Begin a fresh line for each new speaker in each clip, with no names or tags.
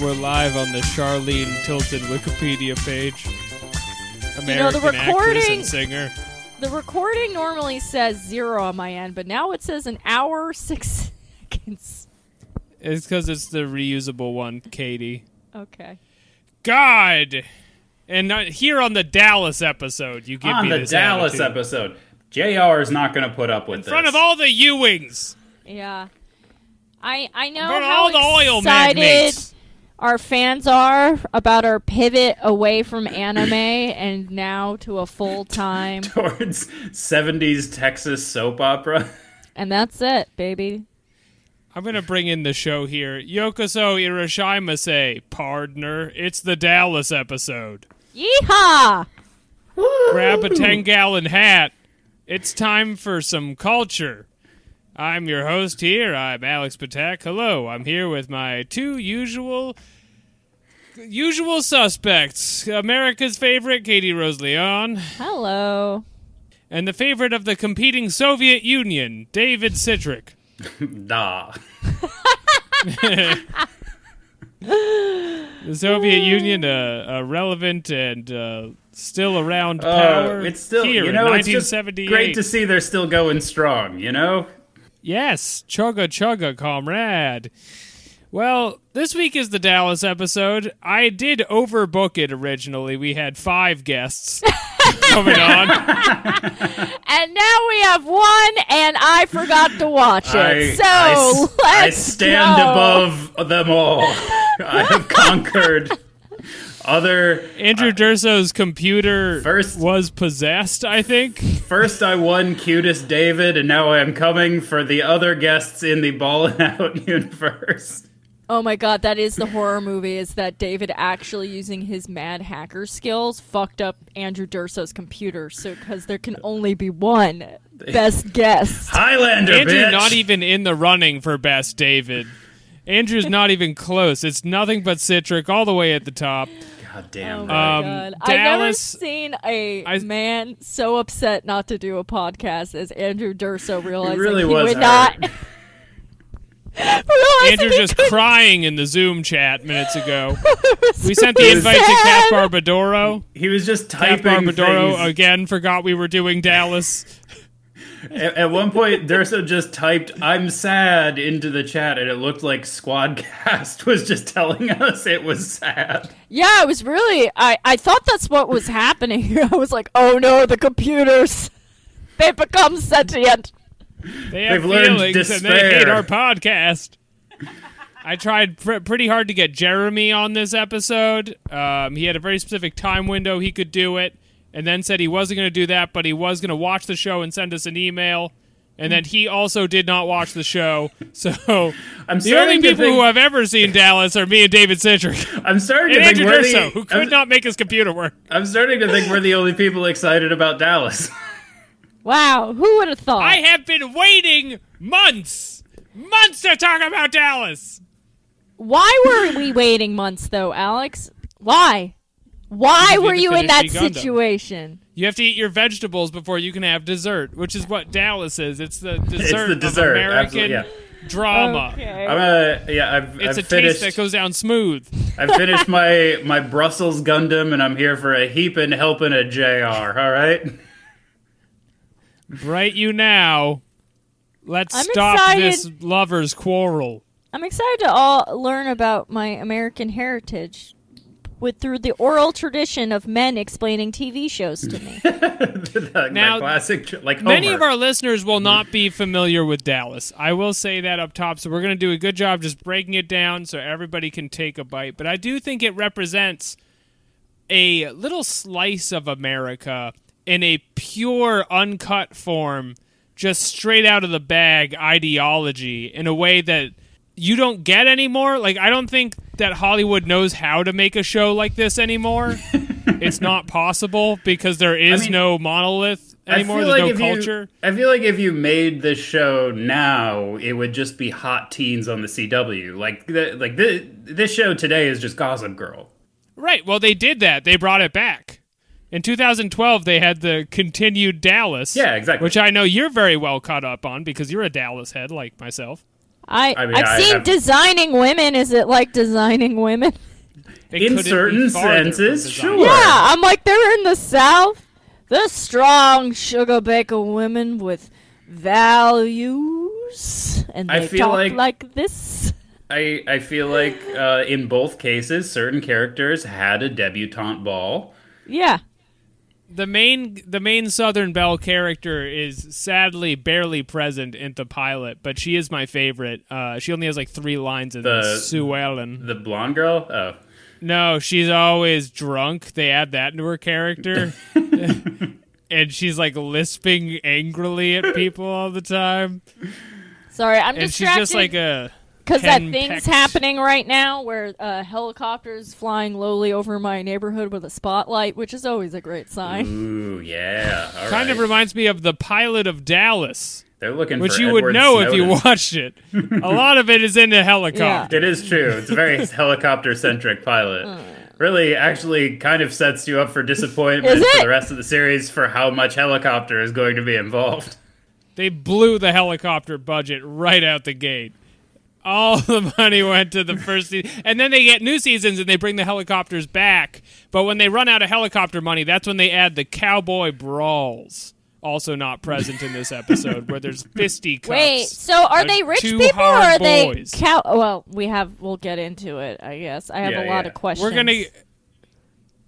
We're live on the Charlene Tilton Wikipedia page. American
know, the
actress
recording-
and singer.
The recording normally says zero on my end, but now it says an hour six seconds.
It's because it's the reusable one, Katie.
Okay.
God! And not, here on the Dallas episode, you give
on
me
the
this
Dallas
attitude.
episode. JR is not going to put up with
In
this.
front of all the Ewings.
Yeah. I I know
In front of
Oh, how
all the oil
excited
magnates.
our fans are about our pivot away from anime and now to a full time.
towards 70s Texas soap opera.
and that's it, baby.
I'm going to bring in the show here. Yokoso Irashimase, partner. It's the Dallas episode.
Yeehaw!
Grab a 10 gallon hat. It's time for some culture. I'm your host here. I'm Alex Patak. Hello. I'm here with my two usual usual suspects. America's favorite Katie Rose Leon
Hello.
and the favorite of the competing Soviet Union, David Citrick.
nah.
The Soviet Union, uh, a, a relevant and uh, still around
Uh,
power.
it's still,
here
you know,
in
it's just
1978.
great to see they're still going strong, you know?
yes, chugga chugga, comrade. Well, this week is the Dallas episode. I did overbook it originally. We had five guests coming on.
And now we have one, and I forgot to watch it.
I,
so
I s-
let's
I stand
go.
above them all. I have conquered other.
Andrew Durso's computer
First-
was possessed, I think.
First, I won cutest David, and now I am coming for the other guests in the ballin' out universe.
Oh my god, that is the horror movie. Is that David actually using his mad hacker skills fucked up Andrew Durso's computer? So because there can only be one best guess.
Highlander,
Andrew
bitch.
not e- even in the running for best David. Andrew's not even close. It's nothing but Citric all the way at the top.
God damn.
Oh
right.
my
Um,
god. I've never
Dallas-
seen a
I-
man so upset not to do a podcast as Andrew Durso realizing
really
he
was
would
hurt.
not. realizing
Andrew
he
just
couldn't
crying in the Zoom chat minutes ago. We sent the
He
invite to
said-
Cat Barbadoro.
He was just
Cat
typing
Barbadoro
things.
again forgot we were doing Dallas.
At, at one point, Durso just typed "I'm sad" into the chat, and it looked like Squadcast was just telling us it was sad.
Yeah, it was really. I, I thought that's what was happening. I was like, oh no, the computers. They've become sentient.
They have
They've learned
feelings and they hate
despair.
our podcast. I tried pr- pretty hard to get Jeremy on this episode. Um, he had a very specific time window he could do it, and then said he wasn't going to do that, but he was going to watch the show and send us an email. And then he also did not watch the show. So
I'm
the only
starting to
people
think-
who have ever seen Dallas are me and David Citrick
I'm starting
and
to
Andrew
think we're the,
Durso, who could
I'm,
not make his computer work.
I'm starting to think we're the only people excited about Dallas.
Wow, who would have thought?
I have been waiting months, months to talk about Dallas.
Why were we waiting months though, Alex? Why? Why
need
were
to
you in
finish
that
the Gundam.
situation?
You have to eat your vegetables before you can have dessert, which is what Dallas is. It's the
it's
dessert,
the dessert,
of American
absolutely. Yeah,
drama.
Oh,
I'm uh, yeah. I've,
It's
I've
a taste
finished.
that goes down smooth.
I've finished my my Brussels Gundam, and I'm here for a heapin' helping a Jr. All right.
Right you now. Let's
I'm
stop
excited.
this lovers quarrel.
I'm excited to all learn about my American heritage with through the oral tradition of men explaining TV shows to me.
like
Now,
my classic, like Homer.
Many of our listeners will not be familiar with Dallas. I will say that up top. So we're going to do a good job just breaking it down so everybody can take a bite. But I do think it represents a little slice of America in a pure, uncut form, just straight out of the bag ideology in a way that you don't get anymore. Like, I don't think that Hollywood knows how to make a show like this anymore. it's not possible because there is
mean,
no monolith anymore.
I feel
There's
like
no
if
culture.
You, I feel like if you made this show now, it would just be hot teens on the CW. Like, the, like this, this show today is just Gossip Girl.
Right. Well, they did that. They brought it back. In 2012, they had the continued Dallas.
Yeah, exactly.
Which I know you're very well caught up on because you're a Dallas head like myself.
I,
I mean,
I've
I
seen
have-
designing women. Is it like designing women?
They couldn't
In
be
certain
farther from
senses,
design.
sure.
Yeah, I'm like they're in the South. They're strong sugar baker women with values, and they
I feel
talk
like-
this.
I, I feel like uh, in both cases, certain characters had a debutante ball.
Yeah,
The main the main Southern Belle character is sadly barely present in the pilot, but she is my favorite. Uh, she only has like three lines in
The-
this. Sue Ellen.
The blonde girl? Oh.
No, she's always drunk. They add that into her character. and she's like lisping angrily at people all the time.
sorry, I'm
And she's
distracted
just like a
because that
hen
thing's
pecked.
happening right now, where uh, helicopters flying lowly over my neighborhood with a spotlight, which is always a great
Mm,
sign.
Ooh, yeah. All
kind of
right.
reminds me of the pilot of Dallas,
They're looking
which
for
you
Edward
would know if you
Snowden.
watched it. A lot of it is in a helicopter.
It is true. It's a very helicopter centric pilot.
Hmm.
Really, actually, kind of sets you up for disappointment
Is
for
it?
the rest of the series for how much helicopter is going to be involved.
They blew the helicopter budget right out the gate. All the money went to the first season. And then they get new seasons and they bring the helicopters back. But when they run out of helicopter money, that's when they add the cowboy brawls. Also not present in this episode, where there's fisticuffs.
Wait, so are
They're
they rich
two
people or are
hard
they
boys.
cow? Well, we have we'll get into it, I guess. I have
Yeah,
a lot
yeah.
of questions.
We're gonna.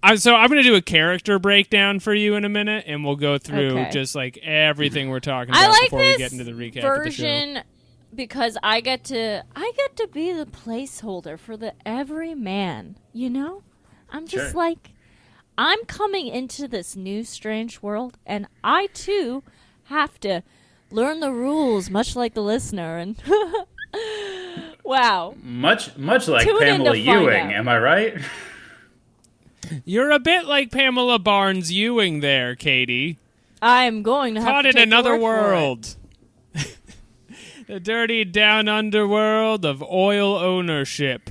I'm so I'm gonna do a character breakdown for you in a minute, and we'll go through
Okay.
just like everything we're talking about
I like
before
this
we get into the recap of
version because I get to I get to be the placeholder for the every man. You know, I'm just
Sure.
like I'm coming into this new strange world, and I too have to learn the rules, much like the listener. And wow,
Much, much like
Tune in to
Pamela
find
Ewing,
out.
am I right?
the show. You're a bit like Pamela Barnes Ewing there, Katie.
I'm going to have
Caught
to
in
take your
another
word for it.
world. the dirty down underworld of oil ownership.